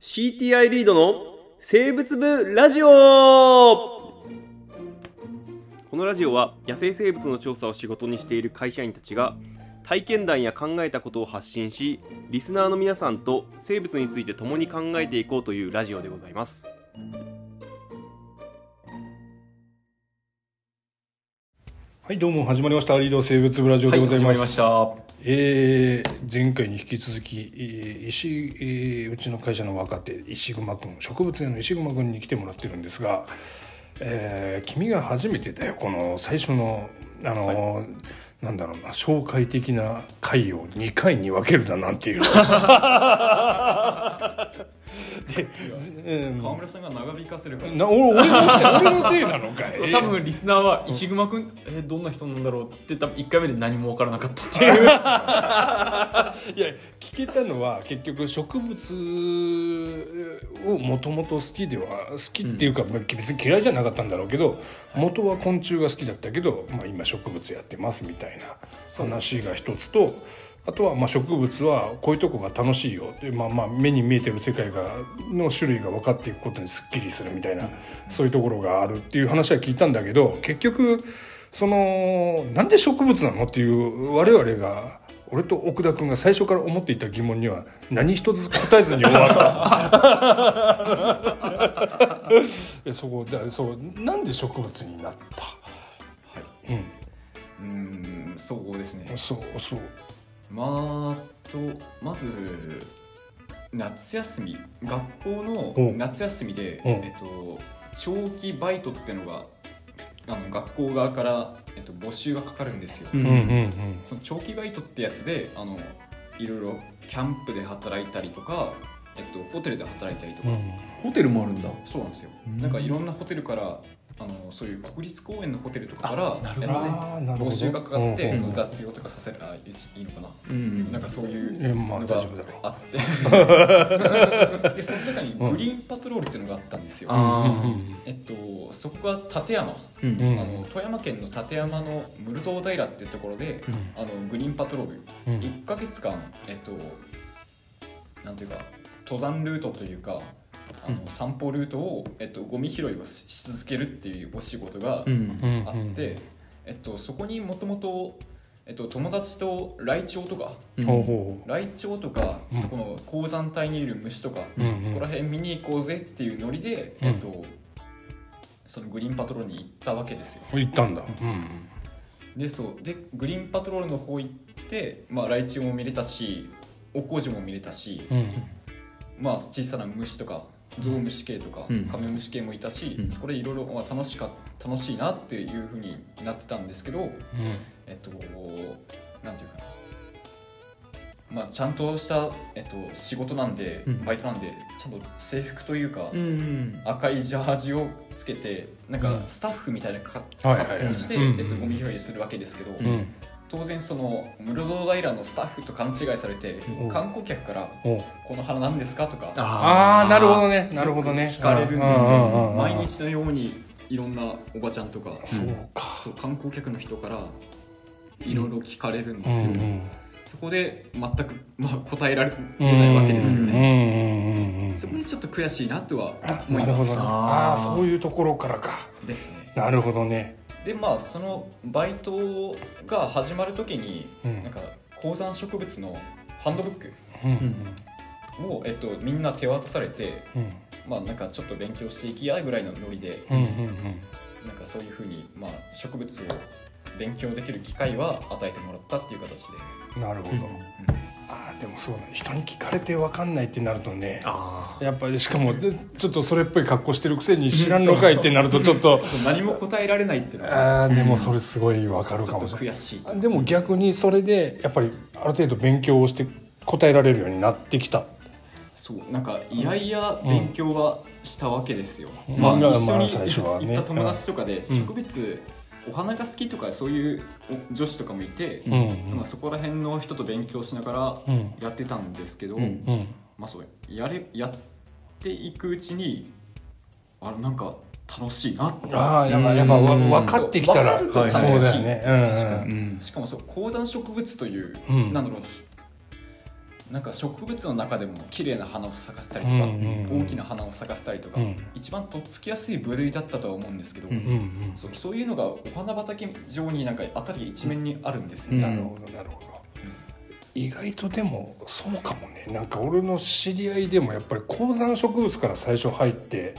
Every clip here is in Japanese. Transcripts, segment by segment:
CTI リードの生物部ラジオこのラジオは野生生物の調査を仕事にしている会社員たちが体験談や考えたことを発信しリスナーの皆さんと生物について共に考えていこうというラジオでございますはい、どうも始まりました。リード生物ブラジオでございます。はえー前回に引き続き、えー石、えーうちの会社の若手、石熊くん、植物園の石熊くんに来てもらってるんですが、えー君が初めてだよ、この最初の、あのーなんだろうな紹介的な回を2回に分けるだなんていうので、始まりましたう川村さんが長引かせるからん、な俺俺のせい俺のせいなのかい多分リスナーは石熊くんえどんな人なんだろうって多分1回目で何も分からなかったっていういや聞けたのは結局植物をもともと好きでは好きっていうか、まあ別に嫌いじゃなかったんだろうけど元は昆虫が好きだったけど、まあ、今植物やってますみたいな話が一つとあとはまあ植物はこういうとこが楽しいよで、まあ、まあ目に見えてる世界がの種類が分かっていくことにすっきりするみたいな、そういうところがあるっていう話は聞いたんだけど結局そのなんで植物なのっていう我々が俺と奥田君が最初から思っていた疑問には何一つ答えずに終 わったいやそこだそうなんで植物になった、ううーんそうですねん、そうそうまあとまず夏休み学校うのん夏休みで、うんえっと、長期バイトってのがあの学校側から、えっと、募集がかかるんですよ、うんうんうんその長期バイトってやつであのいろいろキャンプで働いたりとか、えっと、ホテルで働いたりとか、ホテルもあるんだそうなんですよ、うんなんかいろんなホテルからあのそういう国立公園のホテルとかからなるほどやっぱねあーなるほど募集がかかっうんうてんその雑用とかさせるあいいいのかな、うんなんかそういいうやまあのが大丈夫だろうあって でその中にグリーンパトロールっていうのがあったんですよ、あーえっと、そこは立山、ううんんあの富山県の立山の室堂平っていうところで、うんあのグリーンパトロールうん1ヶ月間、えっと、なんていうか登山ルートというかあの散歩ルートを、えっと、ゴミ拾いをしし続けるっていうお仕事がうんうんあって、えっと、そこにもともと、えっと、友達とライチョウとかうんほうほライチョウとか、うんそこの鉱山帯にいる虫とか、ううんそこら辺見に行こうぜっていうノリで、うんえっと、そのグリーンパトロールに行ったわけですよ。行ったんだうんでそうでグリーンパトロールの方行って、まあ、ライチョウも見れたしおこじも見れたし、うんまあ、小さな虫とかゾウムシ系とか、うんカメムシ系もいたし、うんそこでいろいろまあ楽しか楽しいなっていうふうになってたんですけど、えっと、なんていうかな、まあ、ちゃんとした、えっと、仕事なんで、うんバイトなんで、ちゃんと制服というか、うん赤いジャージをつけて、なんうかんスタッフみたいな格はいはい好をして、うんえっと、ゴミ拾いするわけですけど、うんうん当然、その室堂平のスタッフと勘違いされてうん、観光客から、おこの花なんですかとか、ああなるほどねなるほどね聞かれるんですうんうんうんよう。ん毎日のようにいろんなおばちゃんとか、そうかそう観光客の人からいろいろ聞かれるんうでんすよ。うんそこで全く、まあ、答えられないわけですよね。ねそこでちょっと悔しいなとはあ思ないるほまどしねたああそういうところからかですね。なるほどねでまあそのバイトが始まる時に、うんなんか高山植物のハンドブックうんを、えっと、みんな手渡されて、うんまあ、なんかちょっと勉強していきやぐらいのノリで、うんうんなんかそういうふうに、まあ、植物を勉強できる機会は与えてもらったっていう形で。うんなるほどああでもそうだね人に聞かれてわかんないってなるとねあやっぱりしかもでちょっとそれっぽい格好してるくせに知らんのかいってなるとちょっとそう何も答えられないっていうのはああでもそれすごいわかるちょかっともしれない悔しいとでも逆にそれでやっぱりある程度勉強をして答えられるようになってきた。そうなんかいやいや勉強はしたわけですよ、うんまあ、まあ一緒まにあ最初はね行った友達とかでん植物、お花が好きとかそういうお女子とかもいて、うんうんまあ、そこら辺の人と勉強しながうらんやってたんですけど、うんうんまあ、そうやれやっていくうちにあれなんか楽しいなってああやっぱやっぱわうん分かってきたらそう分かるとそうだよね。うんしかもそう高山植物という、うんなんだろうなんか植物の中でも綺麗な花を咲かせたりとか、うんうんうん大きな花を咲かせたりとか、うん一番とっつきやすい部類だったとは思うんですけど、うんうんうんそうそういうのがお花畑上になんか辺り一面にあるんですうよ、んなるほどなるほど意外とでもそうかもねなんか俺の知り合いでもやっぱり高山植物から最初入って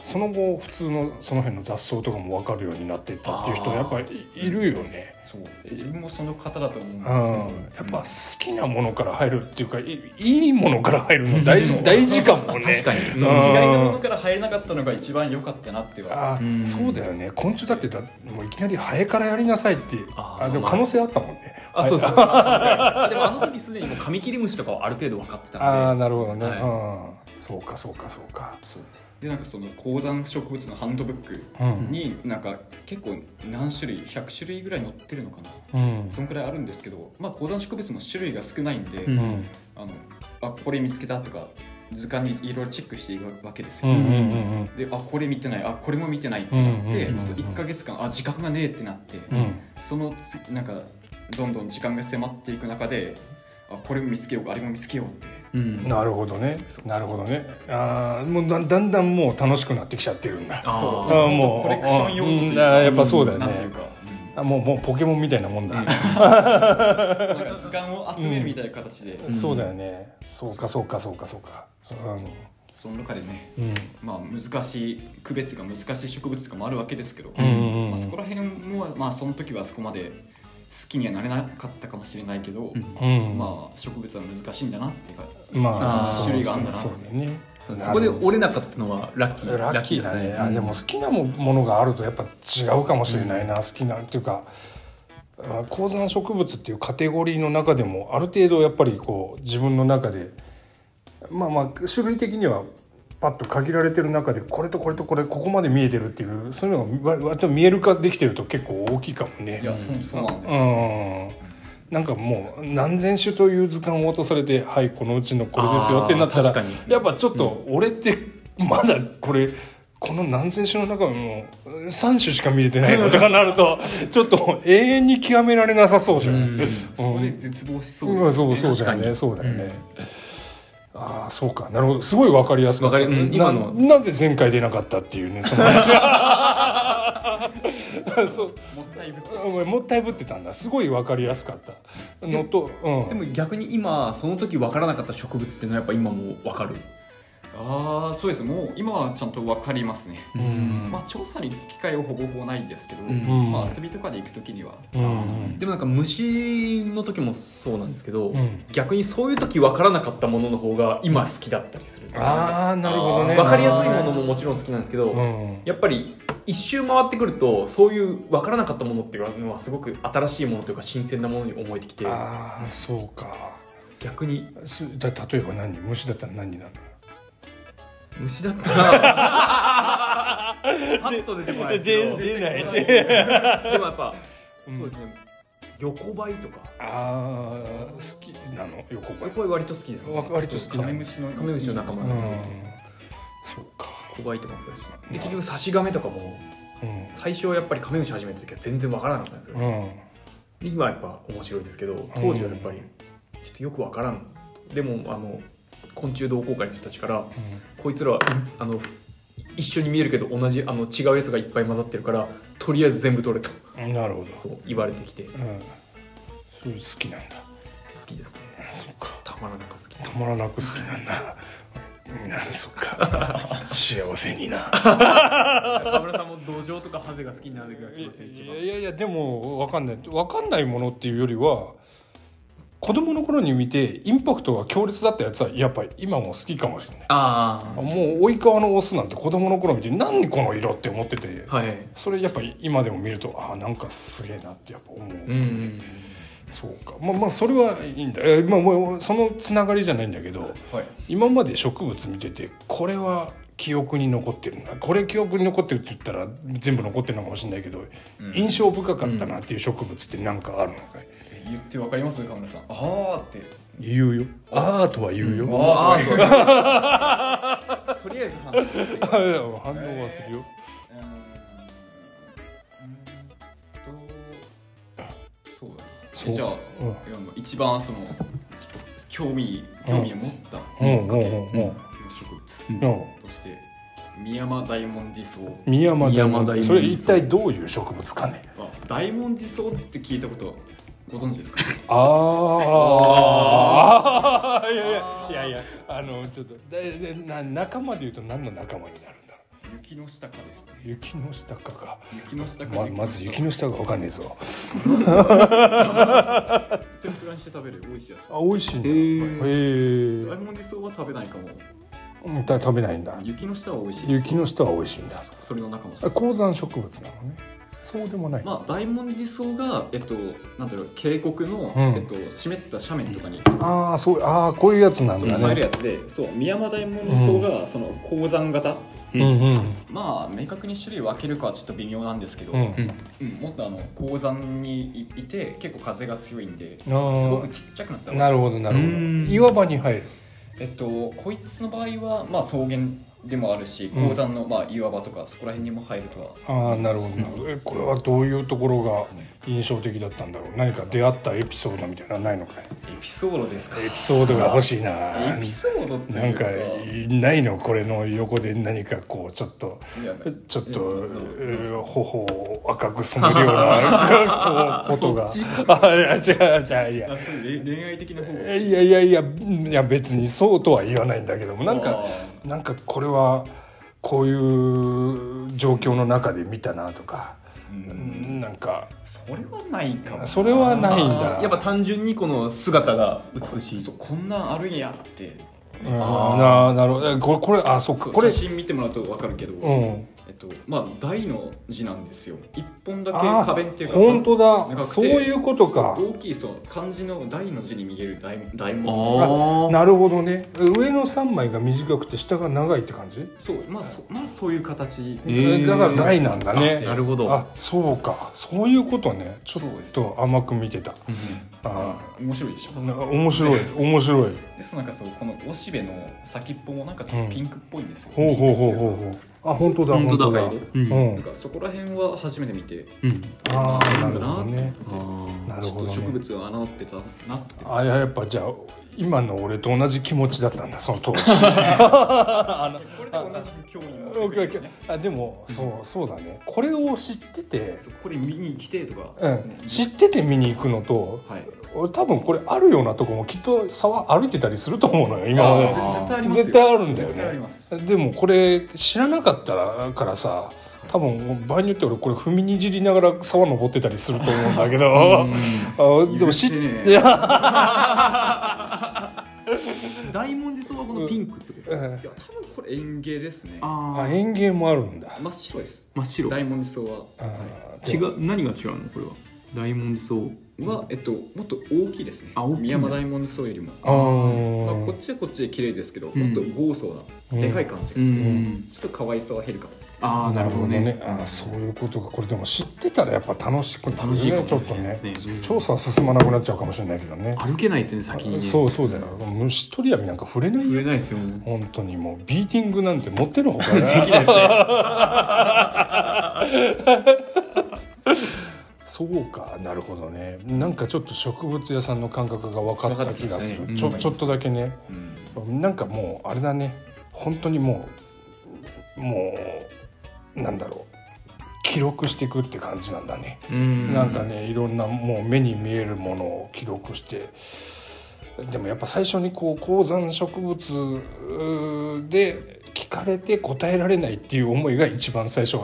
その後普通のその辺の雑草とかも分かるようになっていったっていう人あーやっぱりいいるよね。そう自分もその方だと思うんうですけん、ど、やっぱ好きなものから入るっていうかいいいものから入るの大事大事かもね。確かにそううん意外なものから入れなかったのが一番良かったなってはあーうんそうだよね昆虫だってだもういきなりハエからやりなさいってああーでもまあ可能性あったもんねあそ うそうそうそうでもあの時すでにもうカミキリムシとかはある程度分かってたああんでなるほどね、はいうんそうかそうかそうかそうでなんかその高山植物のハンドブックうんになんか結構何種類100種類ぐらい載ってるのかなうんそのくらいあるんですけど、まあ、高山植物の種類が少ないんで、うんうんあのあこれ見つけたとか図鑑にいろいろチェックしていくわけですうよ、んうんうんであこれ見てないあこれも見てないってうんうなっんうんて、うんそう1か月間あ時間がねえってなって、うんうんそのつなんかどんどん時間が迫っていく中であこれも見つけようあれも見つけようってうんなるほどねなるほどねああもうだだんだんもう楽しくなってきちゃってるんだあーそうあーもうコレクション要素といううんかあーやっぱそうだよねなんていうか、あもうもうポケモンみたいなもんだ、うんそうなんか図鑑を集めるみたいな形で、んそうだよねそうかそうかそうかそうかうその中でね、んうんまあ、難しい区別が難しい植物とかもあるわけですけど、うんうんうんまあ、そこら辺も、まあ、その時はそこまで好きにはなれなかったかもしれないけど、うんまあ、植物は難しいんだなっていうかまああーそう種類があんだなそうそうだよねそこで折れなかったのはラッキーラッキーだねあうんでも好きなもものがあるとやっぱ違うかもしれないな、好きなっていうかあ高山植物っていうカテゴリーの中でもある程度やっぱりこう自分の中でまあまあ種類的にはパッと限られてる中でこれとこれとこれここまで見えてるっていうそういうのがわ割と見える化できてると結構大きいかもね。いやそうそうなんですよ、うんなんかもう何千種という図鑑を渡されて「はいこのうちのこれですよ」ってなったあーら確かにやっぱちょっと俺ってまだこれこの何千種の中でも3種しか見れてないのとかなるとちょっと永遠に極められなさそうじゃん。ううんんそこで絶望しそううでんすよそうそね、うだよねそうだよね。ああそうかなるほどすごいわかりやすかったわかりうんな今のなぜ前回出なかったっていうねその話はそうもったいぶってお前もったいぶってたんだすごい分かりやすかったのと、うん、でも逆に今その時分からなかった植物っていうのはやっぱ今もう分かるああそうですもう今はちゃんと分かりますね、うんまあ、調査に行く機会はほぼほぼないんですけど、んまあ、遊びとかで行く時にはうんでもなんか虫の時もそうなんですけど、うん逆にそういう時分からなかったものの方が今好きだったりするああなるほどね分かりやすいものももちろん好きなんですけど、うんやっぱり一周回ってくるとそういう分からなかったものっていうのはすごく新しいものというか新鮮なものに思えてきてああそうか逆にすじゃあ例えば何虫だったら何になる虫だったらパッと出てこないですけ ど出ないででもやっぱ、うんそうですね横ばいとかああ好きなの横ばい横ばい割と好きですねわ割と好きカなメのムシのカメムシの仲間うなんでんそうか横ばいとかもそうだしで結局差し亀とかもう最初やっぱりカメムシ始めた時は全然わからなかったんですよ、んうんで今はやっぱ面白いですけど当時はやっぱりちょっとよくわからんでもあの昆虫同好会の人たちからこいつらはあの一緒に見えるけど同じあの違うやつがいっぱい混ざってるからとりあえず全部取れとうんなるほどそう言われてきて好うんそういう好きなんだきですねそうかたまらなく好きですたまらなく好きなんだ。なそっか。幸せにな。 田村さんも土壌とかハゼが好きになるが気持ちいやいやいやでもわかんない。わかんないものっていうよりは。子供の頃に見てインパクトが強烈だったやつはやっぱり今も好きかもしれないあもう「及川のオス」なんて子供の頃見て何この色って思っててあはいそれやっぱり今でも見るとああんかすげえなってやっぱ思う、うんそうかまあまあそれはいいんだ、えまあ、もうそのつながりじゃないんだけど、はい今まで植物見ててこれは記憶に残ってるなこれ記憶に残ってるって言ったら全部残ってるのかもしれないけど、うん印象深かったなっていう植物って何かあるのかい、え言ってわかりますカメラさんあーって言うよあーとは言うよ、ああーってわかる とりあえず反応ーいや反応はするよ、うーんうーんとそうだなそうえじゃあうんいやもう一番そのき興味興味を持ったきっかうけんうんうのんうん植物うんとして宮山大文字草宮間大宮間大門門それ一体どういう植物かねあ大文字草って聞いたことご存知ですかああーいやいやいやいやあのちょっとででな仲間で言うと何の仲間になるんだろ雪の下かですねう雪の下かか雪の下かままず雪の下がわかんねえぞ天ぷらにして食べる美味しいやつあ美味しいんだへええ大文字草は食べないかもうんた食べないんだ雪の下は美味しいです雪の下は美味しいんだそれの中もあ高山植物なのねそうでもない、まあ、大文字草が、えっと、なんだろう渓谷の、うんえっと、湿った斜面とかに、ああそうああこういうやつなんそのだ生えるねやつで、そう宮山大文字草が、その鉱山型うんうんまあ明確に種類分けるかはちょっと微妙なんですけど、うんうんうんもっとあの鉱山にいいて結構風が強いんであすごくーちっちゃくなったなるほどなるほうどん岩場に入るえっとこいつの場合は、まあ、草原でもあるしうん鉱山の、まあ、岩場とかそこら辺にも入るとはああなるほどなるほどえこれはどういうところが印象的だったんだろう何か出会ったエピソードみたいなのないのかいエピソードですかエピソードが欲しいなエピソードってないんうかかないのこれの横で何かこうちょっといやちょっとうんえー頬を赤く染めるようなこうことがそっちあいや違う違ういやあそういう恋恋愛的な方がいやいやいやうんいや別にそうとは言わないんだけどもなんかなんかこれはこういう状況の中で見たなとか、うんなんかそれはないかもそれはないんだあーやっぱ単純にこの姿が美しいそうこんなんあるんやってうんななるほどえこれこれあそっかそうこれ写真見てもらうと分かるけど、うんえっとまあ大の字なんですよ一本だけあー花弁っていうか本当長だくてそういうことかそう大きいそう漢字の大の字に見える大大あ文字ーなるほどね上の3枚が短くて下が長いって感じ、そうまあそまあそういう形えーだから大なんだねなるほどあそうかそういうことねちょっそうですと甘く見てたうんあ面白いでしーょな面白い面白いでそうなんかそうこのおしべの先っぽもなんかちょっとピンクっぽいんですよ、ほうほうほうほうほうあ本当だ本当だがいるううんんなんかそこら辺は初めて見てうんああななんるだなほどねあーなるちょっほとど植ね物が穴ってたなってあいややっぱじゃあ今の俺と同じ気持ちだったんだその 当時これで同じく興味オッケーオ持ってくれッるケよねーあでもそうそうだねこれを知っててそうこれ見に来てとか、うん知ってて見に行くのとはい俺多分これあるようなとこもきっと沢歩いてたりすると思うのよ今あーまぜ絶対ありますよ絶対あるんだよね絶対ありますででもこれ知らなかったらからさ多分場合によって俺これ踏みにじりながら沢登ってたりすると思うんだけどあでも知っ許せねてえ大文字草はこのピンクって ことうんいや多分これ園芸ですねああ園芸もあるんだ真っ白です真っ白大文字草はあー違う何が違うのこれは大文字草は、えっと、もっと大きいですねあ大きいね宮山大文字草よりも、あまあ、こーっちはこっちで綺麗ですけど、んもっと豪壮な、うんでかい感じうがする、んちょっと可愛さは減るかもああなるほどねあーそういうことかこれでも知ってたらやっぱ楽しくなる楽しいかねもちょっとしれないねですね調査は進まなくなっちゃうかもしれないけどね歩けないですね先にねそうそうだよ虫取り網なんか触れない触よれないですよ本当にもうビーティングなんて持ってるほか ない そうかなるほどねなんかちょっと植物屋さんの感覚が分かった気がする分かった気がちょするうんちょっとだけねうんなんかもうあれだね本当にもうもうなんだろう記録していくって感じなんだね、うんなんかねいろんなもう目に見えるものを記録してでもやっぱ最初にこう高山植物うーで聞かれて答えられないっていう思いが一番最初っ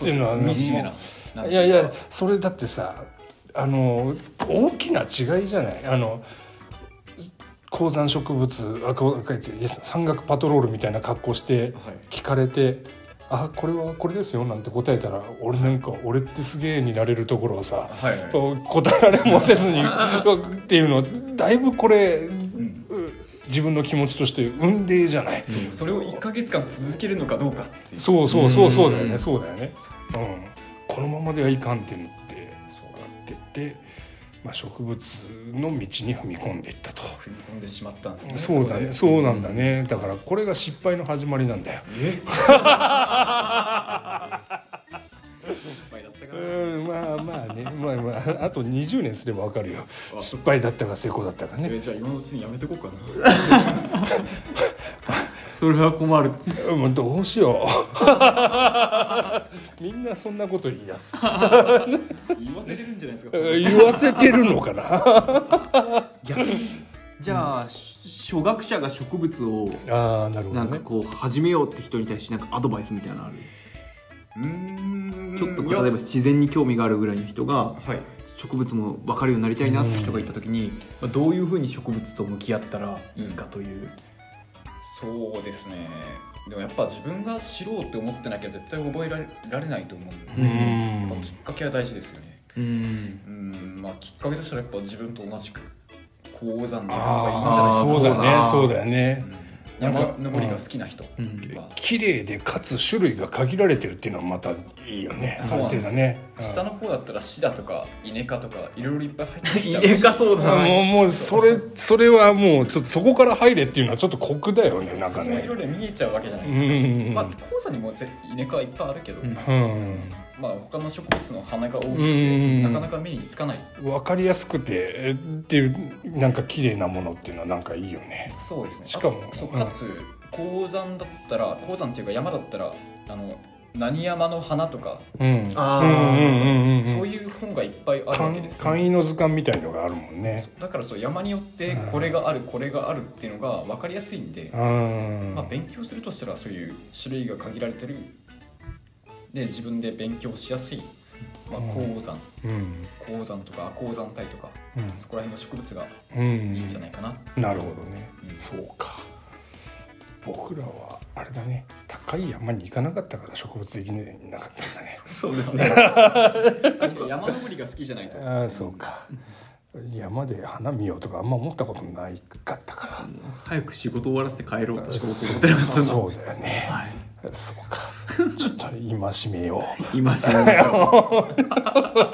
ていうのはね惨めななんもうていやいやそれだってさあの大きな違いじゃないあの高山植物あこういや山岳パトロールみたいな格好してはい聞かれて「あこれはこれですよ」なんて答えたら俺なんか「俺ってすげえ」になれるところをさはいはい答えられもせずにっていうのだいぶこれうん自分の気持ちとして雲泥じゃない。そうそれを1か月間続けるのかどうかっていうそうそうそうそうだようねんそうだよね、うん、このままではいかんってなってそうなってって、まあ、植物の道に踏み込んでいったと踏み込んでしまったんですねそうだれねそうなんだねだからこれが失敗の始まりなんだよ え失敗だったかなうんまあまあねまあまああと20年すればわかるよあ失敗だったか成功だったかえねーじゃあ今のうちにやめてこうかな それは困るもうどうしようみんなそんなこと言い出す 言わせれるんじゃないですか言わせてるのかな逆にじゃあ、し初学者が植物をああなるほどなんかねこう始めようって人に対してなんかアドバイスみたいなのあるうーんちょっとこいうや例えば自然に興味があるぐらいの人がはい植物も分かるようになりたいなって人がいた時に、まあ、どういうふうに植物と向き合ったらいいかという、そうですねでもやっぱ自分が知ろうって思ってなきゃ絶対覚えられられないと思うんで、うやっんぱきっかけは大事ですよねうんうんまあきっかけとしたらやっぱ自分と同じく高山のああ方がいそいんうじゃないですかだねそうだよねうんなんか山登りが好きな人は、うん綺麗でかつ種類が限られてるっていうのはまたいいよねあそうるなん程で度すね下の方だったらシダとかイネ科とかいろいろいっぱい入ってきちゃうしえかそうだあなもうもうそれそれはもうちょっとそこから入れっていうのはちょっと酷だよねなんそかこもいねろいろ見えちゃうわけじゃなういんですか、うんまあ黄砂にもぜイネ科はいっぱいあるけど、うんうんまあ他の植物の花が多くうんうんうんてなかなか目につかない分かりやすくてえっていうなんか綺麗なものっていうのはなんかいいよねそうですねしかもあそううんかつ鉱山だったら鉱山っていうか山だったらあの何山の花とか、うんあうーんうんうんうんそういう本がいっぱいあるわけですよ簡易の図鑑みたいのがあるもんねだからそう山によってうんこれがあるこれがあるっていうのが分かりやすいんで、うんまあ、勉強するとしたらそういう種類が限られてるで自分で勉強しやすい、まあ、うん鉱山うん鉱山とか鉱山帯とかうんそこら辺の植物がうんいいんじゃないかな、なるほどね、うんそうか僕らはあれだね高い山に行かなかったから植物できなかったんだねそうですね確かに山登りが好きじゃないとああそうか山で花見ようとかあんま思ったことないかったか早く仕事終わらせて帰ろうとら仕事思ってました そうだよね、そうかちょっと戒めよう今しましょ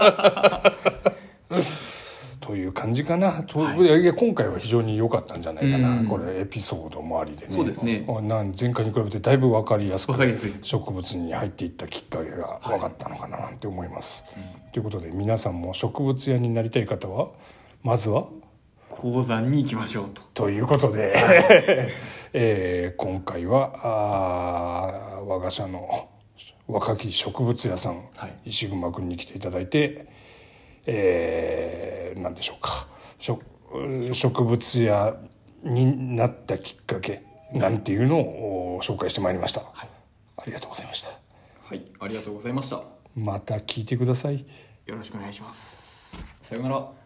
という感じかな、といや、いや今回は非常に良かったんじゃないかな、うんこれエピソードもありでねそうですねあなん前回に比べてだいぶ分かりやすうくわかりやすいです植物に入っていったきっかけが分かったのかななんて思います。ということで皆さんも植物屋になりたい方はまずは鉱山に行きましょうとということで、 えー今回はあー我が社の若き植物屋さん、はい石熊君に来ていただいて、えー、何でしょうか植植物屋になったきっかけなんていうのをお紹介してまいりました、いありがとうございましたはいありがとうございましたまた聞いてくださいよろしくお願いしますさようなら